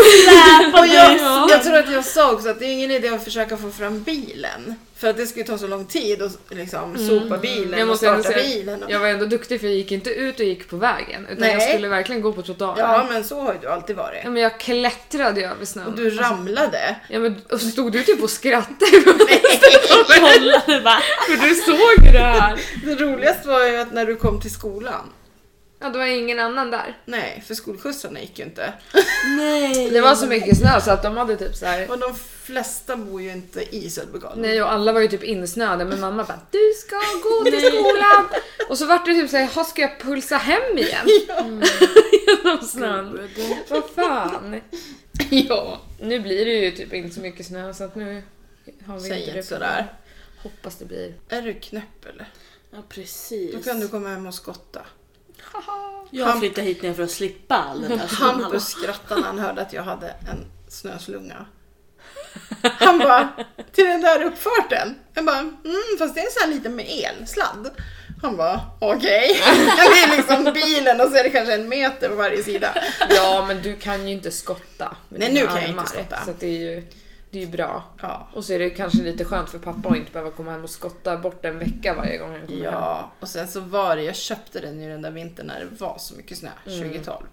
A: Och jag,
B: Ja.
A: jag tror att jag sa också att det är ingen idé att försöka få fram bilen. För att det skulle ta så lång tid att liksom, sopa bilen
C: Mm. Jag
A: och
C: måste
A: starta
C: ändå säga,
A: bilen. Och...
C: jag var ändå duktig för jag gick inte ut och gick på vägen utan jag
A: Nej.
C: skulle verkligen gå på trottoaren.
A: Ja men så har ju du alltid
C: Ja,
A: varit.
C: men jag klättrade ju över snön.
A: Och du ramlade.
C: Ja, men, och så stod du typ och skrattade
B: Kollade bara.
C: för du såg det här.
A: Det roligaste var ju att när du kom till skolan.
C: Ja, det var ingen annan där.
A: Nej, för skolskjutsarna gick ju inte.
B: Nej.
C: Det var så mycket snö så att de hade typ så här.
A: Och de flesta bor ju inte i Söderbygalan.
C: Nej och alla var ju typ insnöade men mamma bara du ska gå till skolan och så vart det typ såhär, ska jag pulsa hem igen? Mm. Genom snön. Vad fan. Ja, nu blir det ju typ inte så mycket snö så att nu har vi
A: Säg
C: inte
A: inte
C: det.
A: sådär.
C: Hoppas det blir.
A: Är du knäpp eller?
B: Ja precis.
A: Då kan du komma hem och skotta. Han-
B: Jag flyttade hit ner för att slippa all den där snön. hallå.
A: Hampus skrattade när han hörde att jag hade en snöslunga. Han bara, till den där uppfarten. Jag bara, mm, fast det är en sån här liten med elsladd. Han bara, okej. Det är liksom bilen och så är det kanske en meter på varje sida.
C: Ja, men du kan ju inte skotta med
A: Nej,
C: dina
A: nu kan jag inte skotta.
C: Så att det är ju, det är ju bra.
A: Ja.
C: Och så är det kanske lite skönt för pappa att inte behöva komma hem och skotta bort en vecka varje gång han kommer hem.
A: Ja, och sen så var det, jag köpte den ju den där vintern när det var så mycket snö, 2012.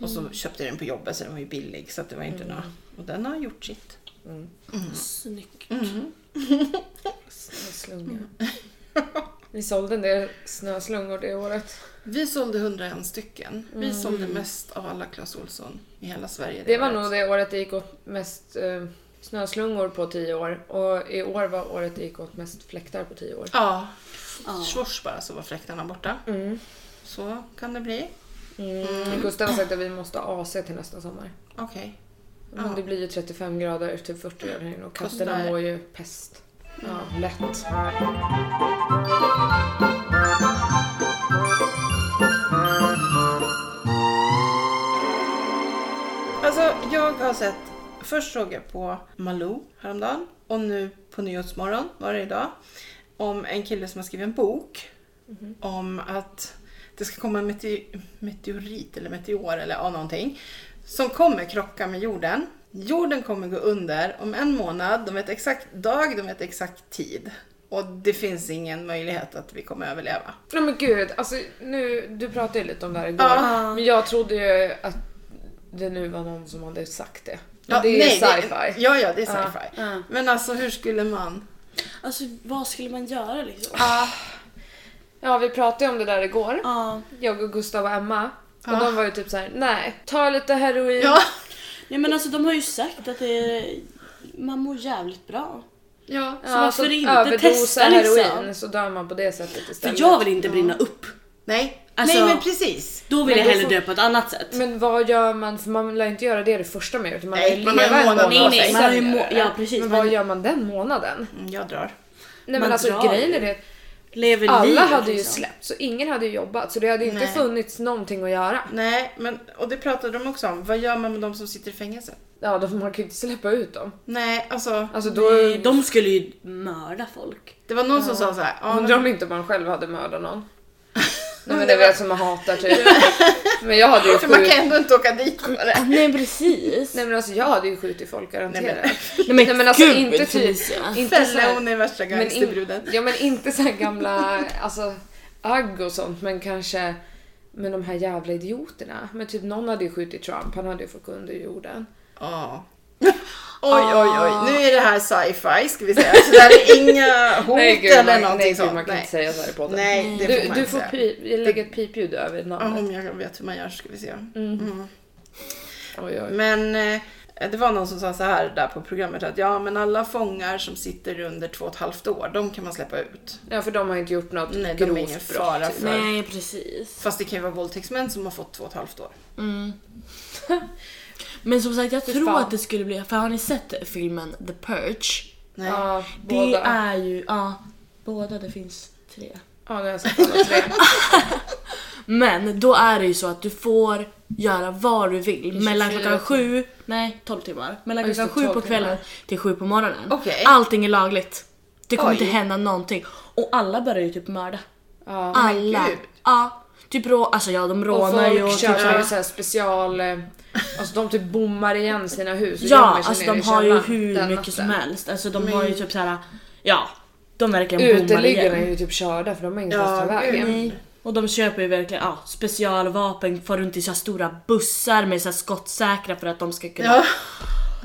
A: Och så köpte jag den på jobbet så den var ju billig så att det var inte något. Och den har gjort sitt.
B: Snyggt.
C: Snöslunga. Ni sålde en del snöslungor det året.
A: Vi sålde 101 stycken. Vi sålde mest av alla Clas Ohlson i hela Sverige.
C: Mm. Det var
A: året.
C: nog det året det gick åt mest eh, snöslungor på tio år. Och i år var året det gick åt mest fläktar på tio år.
A: Ja,
B: Ja.
A: svors bara så var fläktarna borta.
C: Mm.
A: Så kan det bli.
C: Mm. Gustav har sagt att vi måste ha AC till nästa sommar.
A: Okej.
C: Men
A: Ja.
C: det blir ju 35 grader, typ 40 grader här inne och
A: Kostar.
C: katterna mår ju pest. Ja, lätt.
A: Alltså jag har sett, först såg jag på Malou häromdagen och nu på Nyhetsmorgon var det idag. Om en kille som har skrivit en bok om att det ska komma en mete- meteorit eller meteor eller ja, någonting som kommer krocka med jorden. Jorden kommer gå under om en månad, de vet exakt dag, de vet exakt tid. Och det finns ingen möjlighet att vi kommer överleva.
C: Nej men gud, alltså nu, du pratade ju lite om det här igår.
A: Ja.
C: Men jag trodde ju att det nu var någon som hade sagt det. Men
A: Ja,
C: det är ju
A: nej,
C: sci-fi.
A: ja, ja, det är sci-fi.
B: Ja.
A: Men alltså hur skulle man...
B: Alltså vad skulle man göra liksom?
C: Ja, vi pratade ju om det där igår.
B: Ja.
C: Jag och Gustav och Emma. Och
A: Ja.
C: de var ju typ så här: nej, ta lite heroin.
A: Ja,
B: ja men alltså de har ju sagt att det är, man mår jävligt bra.
A: ja.
C: Ja,
B: Så varför
C: alltså,
B: inte
C: överdosa
B: testa, liksom?
C: heroin så dör man på det sättet
B: För
C: istället.
B: jag vill inte brinna upp.
A: Nej.
B: Alltså-
A: Nej men precis.
B: Då vill
C: Men
B: jag
C: då
B: hellre
C: får-
B: dö på ett annat sätt.
C: Men vad gör man? För man lär inte göra det det första man gör. utan Man lär
A: Nej,
C: ju
A: man har
C: leva
A: en
C: en
A: månad
C: månad
A: på sig.
C: och sen
B: Man har ju
C: göra
B: må-
C: det.
B: ja, precis,
C: Men
B: men-
C: vad gör man den månaden?
A: Mm, Jag drar.
C: Nej men
B: Man
C: alltså
B: drar
C: grejen
B: ju.
C: är det att
B: Lever
C: alla
B: livet,
C: hade ju
B: liksom.
C: släppt så ingen hade ju jobbat så det hade ju inte
A: Nej.
C: funnits någonting att göra.
A: Nej, men, och det pratade de också om. Vad gör man med de som sitter i fängelse?
C: Ja då får man kan ju inte släppa ut dem.
A: Nej, alltså.
C: Alltså då...
B: Nej, Mm. De skulle ju mörda folk.
A: Det var någon som sa så här. Ja,
C: Undrar
A: men,
C: om inte man själv hade mördat någon. Nej
A: det
C: men det
A: var-
C: vet som man hatar typ. men jag hade ju
A: för man kan
C: skjutit...
A: ändå inte åka dit med det.
B: Mm, Nej precis.
C: Nej men alltså jag hade ju skjutit folk garanterat.
A: Nej,
B: Nej,
C: Nej men alltså
B: gud,
C: inte typ...
B: Felicia.
C: Inte så
A: Fälla
C: här-
A: hon är värsta
C: Men in,
A: gangsterbruden.
C: ja men inte så här gamla alltså, agg och sånt men kanske med de här jävla idioterna. Men typ någon hade ju skjutit Trump, han hade ju fått gå under jorden.
A: Ja. Oj, oj, oj. Nu är det här sci-fi ska vi säga. Så det här är inga hot eller
C: man,
A: någonting
C: nej, gud,
A: sånt.
C: man kan inte säga så här i podden.
A: nej, det får
C: du
A: man
C: du
A: inte
C: får
A: säga.
C: pi, lägga ett pipljud över
A: Ja,
C: namnet.
A: om jag vet hur man gör ska vi se.
C: Mm. Oj, oj.
A: Men eh, det var någon som sa så här där på programmet att ja men alla fångar som sitter under två och ett halvt år, de kan man släppa ut.
C: Ja för de har inte gjort något
A: Nej, de är
C: grovt
A: ingen
C: brott.
A: fara för-
B: Nej precis.
A: Fast det kan ju vara våldtäktsmän som har fått två och ett halvt år.
B: Men som sagt jag tror
C: fan.
B: att det skulle bli, för har ni sett filmen The Purge?
A: Nej.
C: Ja,
B: Det
C: båda.
B: är ju, ja, båda det finns tre.
C: Ja, nu har jag sett alla tre.
B: Men då är det ju så att du får göra vad du vill mellan
C: 24
B: klockan sju, nej 12 timmar, mellan
C: Ja, just
B: klockan sju
C: det,
B: på
C: 12 timmar.
B: kvällen till sju på morgonen.
A: Okej.
B: Allting är lagligt. Det kommer
A: Oj.
B: inte hända någonting. Och alla börjar ju typ mörda.
C: Ja.
B: Alla.
A: gud.
B: Ja. Typ rå, alltså ja de
C: Och
B: rånar ju
C: folk
B: och typ
C: kör
B: såhär-
C: ju så här special... eh, Alltså de typ bommar igen sina hus och gömmer
B: Ja,
C: sig
B: alltså
C: ner i
B: de har ju
C: källaren
B: hur
C: den
B: mycket som
C: natten. Mm.
B: helst. Alltså de har ju typ såhär, ja. De verkar bomma
C: Uteliggarna är
B: igen.
C: ju typ körda för de har
A: Ja,
C: ingenstans att ta
A: gud.
C: vägen.
B: Nej. Och de köper ju verkligen ja, specialvapen, far runt i så här stora bussar med så här skottsäkra för att de ska kunna...
A: Ja.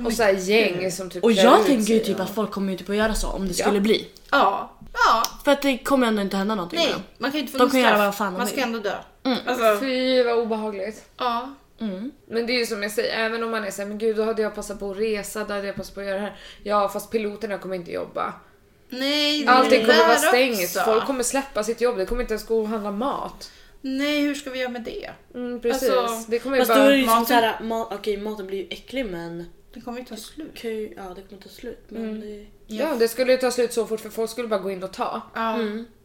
C: Och så här gäng som typ
B: Och
C: klär
B: jag
C: ut
B: tänker ju
C: sig
B: typ
C: och-
B: att folk kommer ju typ att göra så om det skulle bli.
A: Ja. Ja.
B: För att det kommer ändå inte hända någonting
A: Nej,
B: med dem.
A: man kan ju inte få
B: De
A: något
B: kan göra
A: straff.
B: vad fan de
A: Man ska
B: vill.
A: ändå dö. Alltså,
C: Fy vad obehagligt.
A: ja.
C: Men det är ju som jag säger, även om man är såhär, men gud då hade jag passat på att resa, då hade jag passat på att göra det här. Ja fast piloterna kommer inte jobba.
A: Nej, det är
C: Allting
A: det
C: kommer
A: där
C: vara stängt,
A: också.
C: folk kommer släppa sitt jobb, det kommer inte ens gå att handla mat.
A: Nej, hur ska vi göra med det?
C: Mm, precis,
A: Alltså,
C: det kommer ju
B: Fast då är
C: bara...
B: det ju liksom som
A: maten-
B: såhär, ma- okej maten blir ju äcklig men... Mm.
A: Det kommer ju ta slut.
B: Kan ju, ja, det kommer ta slut men det...
C: Ja, det skulle ju ta slut så fort för folk skulle bara gå in och ta.
A: Ja.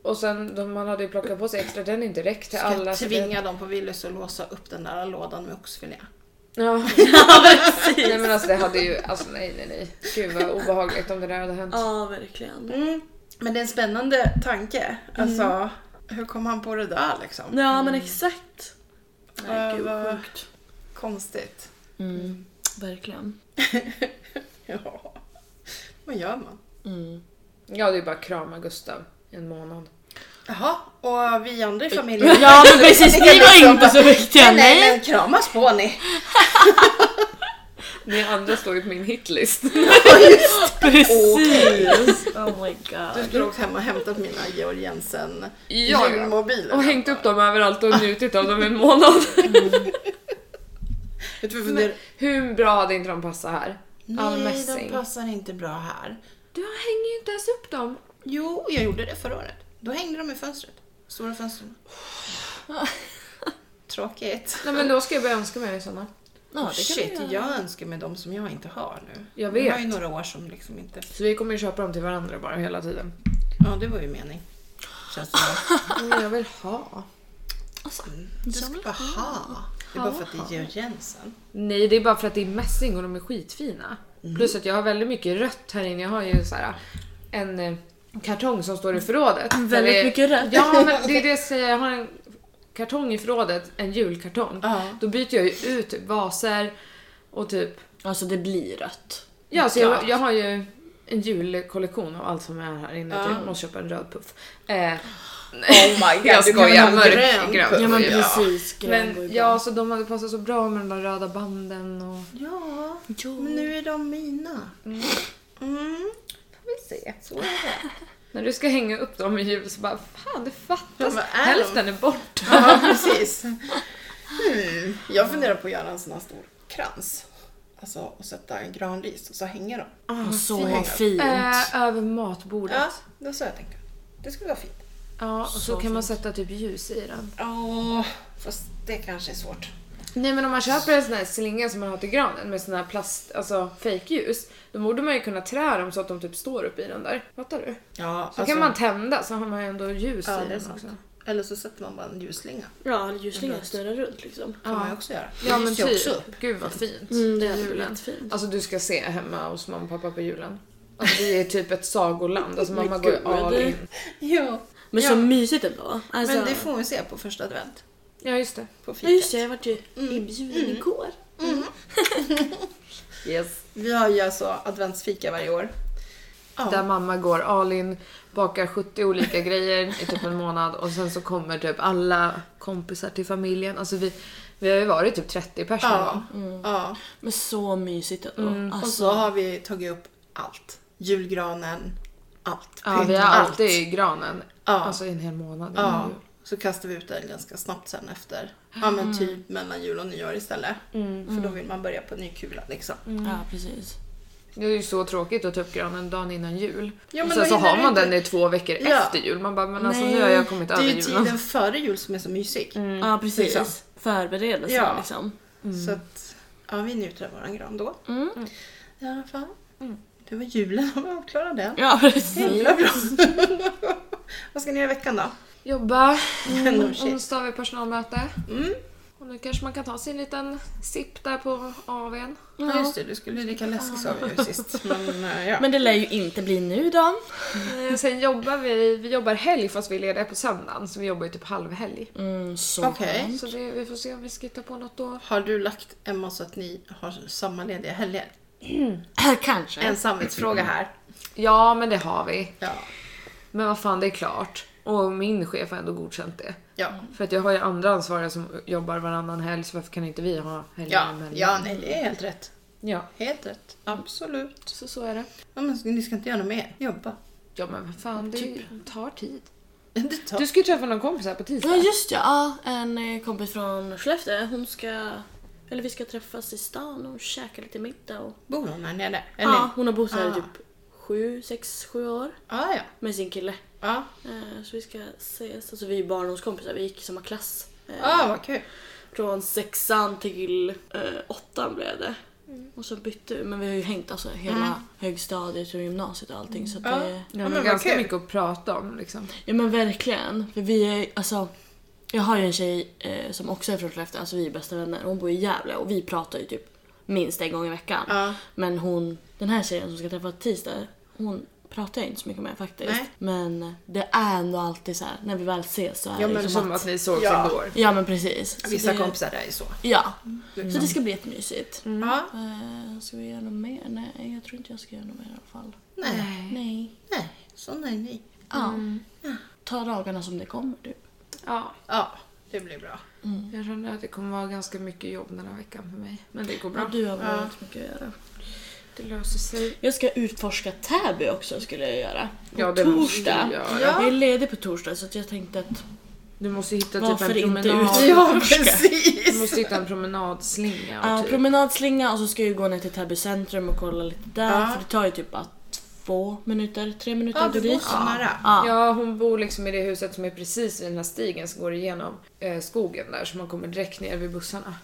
C: Och sen, de, man hade ju plockat på sig extra, den är inte räckt till
A: Ska
C: alla. så det-
A: tvinga dem på Willys att låsa upp den där lådan med oxfilé.
C: Ja. nej men alltså det hade ju, alltså nej nej nej. Gud vad obehagligt om det där hade hänt.
B: Ja, verkligen.
A: Mm. Men det är en spännande tanke. Alltså, hur kom han på det där liksom?
B: Ja, men exakt. Nej,
A: Äh,
B: gud
A: vad-
B: Mm. sjukt.
A: Konstigt.
B: Verkligen.
A: Ja. Vad gör man?
C: Ja det är ju bara att krama Gustav i en månad.
A: Jaha, och vi andra i familjen?
B: Ja, men precis. Ni var inte så viktiga.
A: Nej, nej,
B: Nej.
A: men kramas på ni!
C: Ni andra står ju på min hitlist.
B: Precis. Oh my
A: Du
B: god.
A: skulle åkt hem och hämtat mina Georg Jensen
C: Ja, ja.
A: julmobiler.
C: Och hängt upp dem överallt och njutit av dem i en månad.
A: Vet du vad jag funderar?
C: Hur bra hade inte de passat här? All
A: Nej, de
C: mässing.
A: passar inte bra här.
C: Du hänger ju inte ens upp dem.
A: Jo, jag gjorde det förra året. Då hängde de i fönstret. Stora fönstren. Tråkigt.
C: Nej men då ska jag börja önska mig sådana.
B: Ja, det kan
A: Shit,
B: vi göra.
A: jag önskar mig de som jag inte har nu.
C: Jag
A: Jag har
C: vet.
A: ju några år som liksom inte...
C: Så vi kommer ju köpa dem till varandra bara hela tiden.
A: Ja, det var ju mening. Känns det som.
C: Men jag vill ha.
A: Du ska bara ha. Det är bara för att det är Georg Jensen.
C: Nej, det är bara för att det är mässing och de är skitfina.
B: Mm.
C: Plus att jag har väldigt mycket rött här inne. Jag har ju så här, en eh, kartong som står i förrådet. Där det
B: Mm, Väldigt
C: är,
B: mycket rött.
C: Ja, men det är det jag säger. Jag har en kartong i förrådet, en julkartong.
A: Ja.
C: Då byter jag ju ut typ vaser och typ...
B: Alltså det blir rött.
C: Ja, så jag, jag har ju en julkollektion av allt som är här inne. Typ. Jag måste köpa en röd puff. Eh,
A: Oh my god,
C: jag
A: du kan väl ha
C: skojar.
A: en
C: Mörk
A: grön
C: grön.
A: puff?
B: Ja men
A: Ja.
B: precis. Grön går
C: Men
B: ju
C: ja,
B: bra.
C: så de hade passat så bra med de där röda banden och...
A: Ja,
B: Ja.
A: men nu är de mina. Mm.
C: Får vi se.
A: Så är det.
C: När du ska hänga upp dem i jul så bara fan det fattas.
A: Men vad är de?
C: Hälften är borta.
A: Ja, precis. Hmm. Jag funderar på att göra en sån här stor krans. Alltså och sätta en granris och så hänga dem.
B: Ah, Så
A: fint.
B: fint.
C: Eh, över matbordet.
A: Ja,
C: Ja,
A: det var så jag tänkte. Det skulle vara fint.
C: och så,
B: Så
C: kan man
B: fint.
C: sätta typ ljus i den.
A: Ja, fast det kanske är svårt.
C: Nej men om man köper en sån här slinga som man har till granen med sån här plast, alltså fejkljus. Då borde man ju kunna trä dem så att de typ står upp i den där. Fattar du? Så
A: Ja, så
C: kan man tända så har man ju ändå ljus
A: Ja,
C: i
A: det är
C: den
A: sant.
C: också.
A: Eller så sätter man bara en ljusslinga.
B: Ja, eller ljusslingan snurrar runt liksom.
A: kan man ju också göra.
C: Ja men
A: Lyser ju
C: typ.
A: också upp.
C: Gud vad fint.
B: Mm, det hade
C: Julen.
B: blivit fint.
C: Alltså du ska se hemma hos mamma och pappa på julen. Alltså vi är typ ett sagoland. Alltså mamma går ju
B: gud, vad
C: all
B: det-
C: in.
A: Ja.
B: Men så mysigt ändå. Alltså,
A: Men det får vi se på första advent.
C: Ja just det.
A: På
B: Ja
A: fikat.
B: just det, jag vart ju
A: Mm.
B: inbjuden igår.
C: Yes.
A: Vi har ju alltså adventsfika varje år. Ja.
C: Där mamma går all in, bakar 70 olika grejer i typ en månad och sen så kommer typ alla kompisar till familjen. Alltså vi, vi har ju varit typ 30 personer.
A: Ja. ja.
B: Men så mysigt ändå.
A: Mm. Och
B: Alltså,
A: så har vi tagit upp allt. Julgranen, allt.
C: ja vi har
A: Allt.
C: alltid i granen.
A: Ja.
C: Alltså i en hel månad.
A: Ja. Så kastar vi ut den ganska snabbt sen efter. Ja men typ mellan jul och nyår istället. För då vill man börja på ny kula liksom.
B: Ja precis.
C: Det är ju så tråkigt att ta upp granen dagen innan jul.
A: Ja, men
C: och
A: då
C: sen så
A: hinner
C: har
A: du
C: man
A: inte-
C: den i två veckor
A: Ja.
C: efter jul. Man bara, men alltså
B: Nej.
C: nu har jag kommit
A: Det är
C: över
A: ju
C: julen.
A: tiden före jul som är så mysig.
B: Ja precis.
A: Liksom.
B: Förberedelser
A: Ja.
B: liksom.
A: Så att, ja vi njuter av våran gran då. I alla fall. Det var julen, vi avklarade den.
B: Ja precis.
A: Himla bra. Vad ska ni göra i veckan då?
C: Jobba. Mm.
A: No shit.
C: Onsdag har vi personalmöte.
A: Mm.
C: Och nu kanske man kan ta sin liten sipp där på AWn.
B: Mm.
A: Ja just det, du skulle ju dricka läsk sa vi ju sist. Men eh, ja.
B: Men det lär ju inte bli nu då.
C: Eh, Sen jobbar vi, vi jobbar helg fast vi är lediga på söndagen så vi jobbar ju typ halvhelg.
B: Mm, så
A: Okej.
B: skönt.
C: Så det, vi får se om vi ska hitta på något då.
A: Har du lagt Emma så att ni har samma lediga helger?
B: Kanske.
A: En samvetsfråga här.
C: Ja men det har vi.
A: Ja.
C: Men vad fan det är klart. Och min chef har ändå godkänt det.
A: Ja.
C: För att jag har ju andra ansvariga som jobbar varannan helg så varför kan inte vi ha helger
A: Ja,
C: emellan?
A: ja, nej det är helt rätt.
C: ja.
A: Helt rätt. Absolut.
C: Så så är det.
A: Ja, men ni ska inte göra något mer. Jobba.
C: Ja men vad fan det
A: Typ.
C: tar tid.
A: Det tar...
C: Du ska ju träffa någon kompis här på
B: Ja
C: tisdag.
B: just ja, ja, en eh, kompis från Skellefteå. Hon ska... Eller vi ska träffas i stan och käka lite middag och...
A: Bor hon här nere? Eller?
B: Ja, hon har bott här i
A: Ah.
B: typ sju, sex, sju år
A: Ja, ja.
B: med sin kille.
A: Ja,
B: Eh, Så vi ska ses. Alltså vi är barndomskompisar, vi gick i samma
A: Ah.
B: klass. Eh,
A: ja vad kul.
B: Från sexan till eh, åttan blev det.
A: Mm.
B: Och så bytte vi, men vi har ju hängt alltså hela högstadiet och gymnasiet och allting. Så att
A: Ja.
B: det,
A: Ja,
C: Ja,
A: men vad
C: men ganska
A: kul.
C: mycket att prata om liksom.
B: ja men verkligen. För vi är alltså, jag har ju en tjej eh, som också är från Skellefteå, alltså vi är bästa vänner. Hon bor i Gävle och vi pratar ju typ minst en gång i veckan.
A: Ja.
B: Men hon, den här tjejen som ska träffa tisdag, hon pratar jag inte så mycket med faktiskt.
A: Nej.
B: Men det är ändå alltid så här när vi väl ses så är
A: Ja,
B: det
A: men
B: liksom
C: Som att ni sågs
A: Ja.
C: igår.
B: Ja men precis. Så
A: Vissa
B: det,
A: kompisar är ju så.
B: Ja. Så det ska bli jättemysigt.
A: Ja,
B: Eh, ska vi göra något mer? Nej, jag tror inte jag ska göra något mer i alla fall.
A: nej,
B: Nej.
A: nej, sådana är ni.
B: Ja. Ta dagarna som det kommer typ.
C: Ja,
A: Ja, det blir bra.
C: jag känner att det kommer vara ganska mycket jobb den här veckan för mig. Men det går
B: Ja.
C: bra.
B: Du har väl väldigt mycket att göra.
C: Det löser sig.
B: Jag ska utforska Täby också skulle jag göra. På
C: Ja, det måste
B: torsdag.
C: du göra.
B: Jag är ledig på torsdag så att jag tänkte att
C: Du måste hitta typ
B: Varför
C: en
B: inte
C: promenad.
B: ut?
A: Ja,
B: Utforska.
A: precis!
C: Du måste hitta en promenadslinga. och
B: ja,
C: typ.
B: promenadslinga och så ska jag ju gå ner till Täby centrum och kolla lite där.
A: Ja.
B: För det tar ju typ bara två minuter, tre minuter
A: Ja,
B: att gå
A: du bor
B: dit.
A: så nära.
B: Ja.
C: Ja, hon bor liksom i det huset som är precis vid den här stigen som går igenom eh, skogen där så man kommer direkt ner vid bussarna.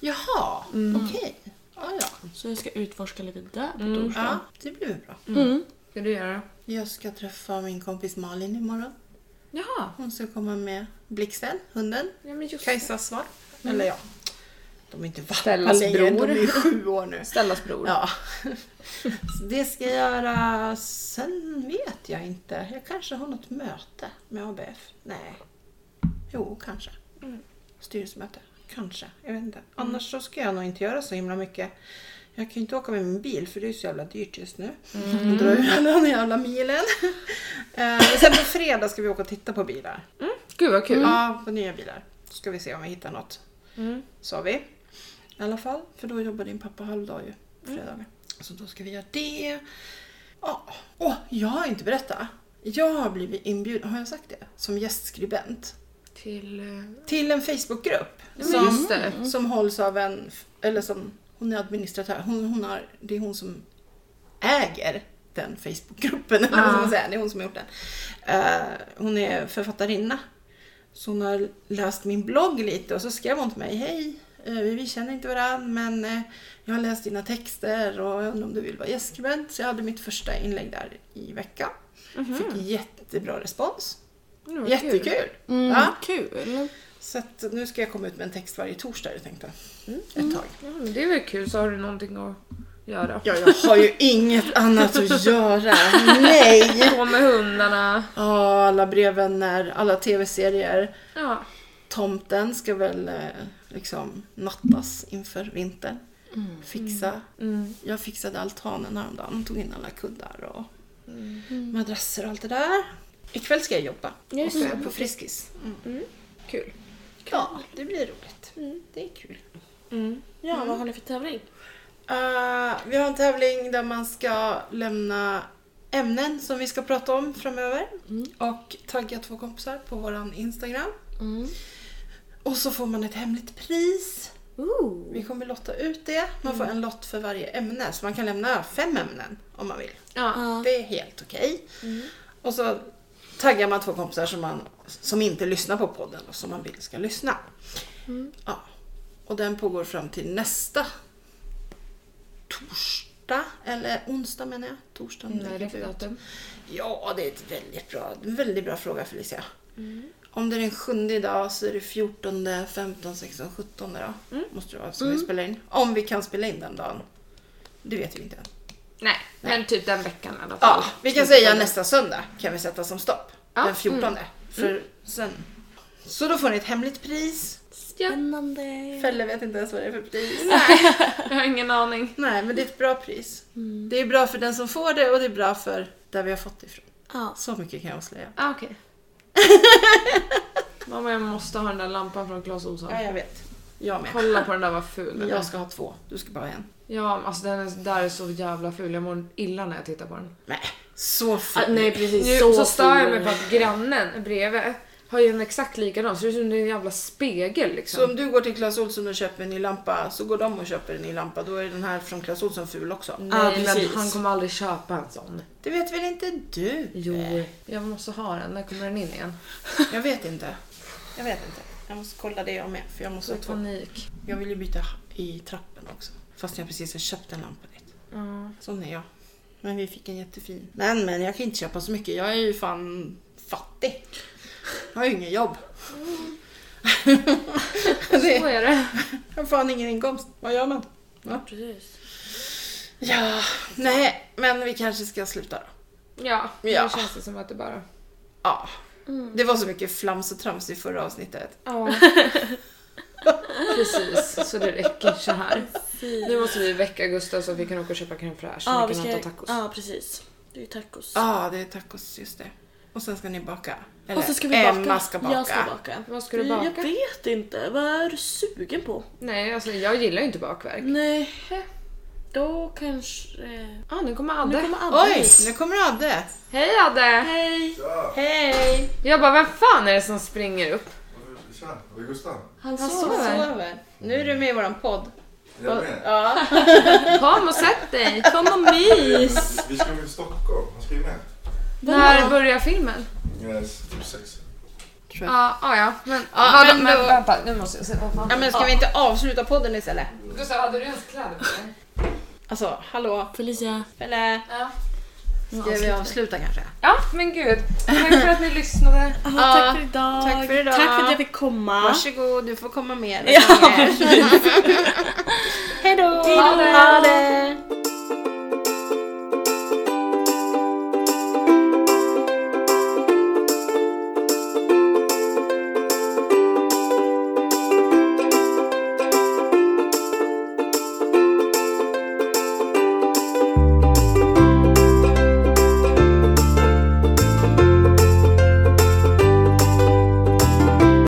A: Jaha, okej. Ja, ja.
B: Så jag ska utforska lite där på torsdag.
A: ja, det blir väl bra.
B: Mm.
C: Ska du göra?
A: Jag ska träffa min kompis Malin imorgon.
C: Jaha,
A: Hon ska komma med Blixten, hunden,
C: ja men just
A: Kajsas valp. Eller ja, de är inte valpar
C: Stellas
A: längre, de
C: bror.
A: är ju sju år nu.
C: Stellas bror.
A: Ja. Så det ska jag göra. Sen vet jag inte. Jag kanske har något möte med ABF. Nej. Jo, kanske. Styrelsemöte. Kanske. Jag vet inte. Annars så ska jag nog inte göra så himla mycket. Jag kan ju inte åka med min bil för det är ju så jävla dyrt just nu. Mm. Dra ur alla den jävla milen. Eh, sen på fredag ska vi åka och titta på bilar.
C: Gud vad kul.
A: Ja, på nya bilar. Så ska vi se om vi hittar något. Sa vi. I alla fall, för då jobbar din pappa halvdag ju. Fredagar. Så då ska vi göra det. Ja. Åh, jag har inte berättat. Jag har blivit inbjuden, har jag sagt det? Som gästskribent.
C: Till... eh,
A: Till en Facebookgrupp.
C: men
A: Som,
C: just det. Mm.
A: som hålls av en, eller som, hon är administratör. Hon, hon har, det är hon som äger den Facebookgruppen. Eller vad ska man säga. Det är hon som har gjort den. Eh, hon är författarinna. Så hon har läst min blogg lite och så skrev hon till mig. Hej, eh, vi vi känner inte varandra men eh, jag har läst dina texter och jag undrar om du vill vara gästskribent. Så jag hade mitt första inlägg där i veckan. Fick jättebra respons.
C: Det var
A: Jättekul!
C: Mhm. kul.
B: Mm,
A: Ja.
B: Kul!
A: Så att nu ska jag komma ut med en text varje torsdag hade jag tänkt mm. ett tag.
C: Ja, men det är väl kul så har du någonting att göra.
A: Ja, jag har ju inget annat att göra. Nej!
C: Gå med hundarna.
A: Ja, alla brevvänner, alla tv-serier.
C: Ja.
A: Tomten ska väl eh, liksom nattas inför vintern. Fixa.
C: Mm.
A: Jag fixade altanen häromdagen. Tog in alla kuddar och Mm. madrasser och allt det där. Ikväll ska jag jobba. och så är jag på Friskis.
C: Kul.
A: Mm. Ja, Mm. det blir roligt. Det är kul.
B: Ja,
C: Mm.
B: vad har ni för tävling?
A: Eh, vi har en tävling där man ska lämna ämnen som vi ska prata om framöver. Och tagga två kompisar på våran Instagram.
B: Mm.
A: Och så får man ett hemligt pris.
B: Ooh.
A: Vi kommer lotta ut det. Man får en lott för varje ämne. Så man kan lämna fem ämnen om man vill.
C: Ja. Mm.
B: Ja.
A: Det är helt okej. Och så taggar man två kompisar som, man, som inte lyssnar på podden och som man vill ska lyssna.
C: Mm.
A: Ja. Och den pågår fram till nästa torsdag, eller onsdag menar jag. Torsdagen
C: Nej, det Mm, är
A: lägger
C: för
A: vi ut.
C: datum.
A: Ja, det är ett väldigt bra, en väldigt bra fråga Felicia.
C: Mm.
A: Om det är den sjunde idag så är det 14, 15, 16, 17 då.
C: Mm.
A: Måste det vara som vi spelar in. Om vi kan spela in den dagen. Det vet vi inte än.
C: Nej, men typ den veckan i alla fall.
A: Ja, vi kan säga nästa söndag kan vi sätta som stopp.
C: Ja,
A: Den 14. För sen. Så då får ni ett hemligt pris.
C: Ja.
B: Spännande!
A: Fälle vet inte ens vad det är för pris.
C: Jag har ingen aning.
A: Nej, men det är ett bra pris. Det är bra för den som får det och det är bra för där vi har fått det ifrån.
B: Ja.
A: Så mycket kan jag avslöja.
C: Ah, okej. Mamma, jag måste ha den där lampan från Clas Ohlson.
A: Ja, jag vet. Jag med.
C: Kolla på den där, vad ful den är.
A: Jag ska ha två. Du ska bara ha en.
C: Ja, men alltså den är, där är så jävla ful. Jag mår illa när jag tittar på den.
A: Nej, så
B: Ah,
A: fint.
B: nej precis,
C: Nu
B: så,
C: så, stör jag
B: ful.
C: mig på att grannen bredvid har ju en exakt likadan. Så det ser ut som en jävla spegel liksom.
A: Så om du går till Clas Ohlson och köper en ny lampa så går de och köper en ny lampa. Då är den här från Clas Ohlson ful också.
C: Nej,
B: Ja,
C: men
B: precis.
C: han kommer aldrig köpa en sån.
A: Det vet väl inte du?
C: Jo. Jag måste ha den. När kommer den in igen?
A: Jag vet inte. Jag vet inte. Jag måste kolla det jag med. För jag måste ha två.
C: Panik.
A: Jag vill ju byta i trappen också. Fast jag precis har köpt en lampa dit.
C: Ja.
A: Sån är jag. Men vi fick en jättefin. Men men jag kan inte köpa så mycket. Jag är ju fan fattig. Jag har ju inget jobb.
C: Så är det.
A: Jag har fan ingen inkomst. Vad gör man? Ja.
B: Precis.
A: ja, nej, men vi kanske ska sluta då.
C: Ja,
A: Ja.
C: nu känns det som att det bara...
A: Ja. Det var så mycket flams och trams i förra avsnittet.
C: Ja. Precis, så det räcker så här. Nu måste vi väcka Gustav så att vi kan åka och köpa crème fraîche så
B: Ja,
C: vi
B: vi
C: kan
B: ska...
C: äta tacos.
B: Ja, precis. Det är ju tacos.
A: Ja, det är tacos, just det. Och sen ska ni baka. Eller
B: Och så ska vi baka.
A: Emma ska baka.
B: Jag ska baka.
C: Vad ska du
B: Jag
C: baka?
B: vet inte. Vad är du sugen på?
C: Nej, alltså jag gillar ju inte bakverk.
B: Nej. Då kanske...
C: Ah, nu kommer Adde.
B: Nu kommer
A: Oj,
B: Adde hit.
A: nu kommer Adde.
C: Hej Adde!
B: Hej!
A: Hej!
C: Jag bara, vem fan är det som springer upp?
E: Tja, det är Gustav.
B: Han
C: Han
B: sover.
C: sover.
A: sover. Nu är du med i våran podd.
E: Är Jag med.
A: Ja.
C: Kom och sätt dig!
B: Kom och mys!
E: Vi ska till Stockholm. Han ska ju med.
C: När börjar filmen?
E: Yes, typ sex.
C: Ja, ah, ja, men...
A: Ja,
C: vadå,
A: men
C: men
A: då-
C: vänta, nu måste jag se vad fan...
A: ja, men ska vi inte avsluta podden istället?
C: Gustav, hade du ens kläder på dig?
A: Alltså, hallå,
B: Felicia.
A: Pelle.
C: Ja.
A: Ska vi avsluta kanske?
C: Ja, men gud. Tack för att ni lyssnade.
B: Ja,
A: Ja,
B: tack för idag.
A: tack för idag.
B: Tack för att jag fick komma.
A: Varsågod, du får komma med.
B: Ja, precis.
A: Hej då!
C: Ha det.
B: 아,
A: Ha det!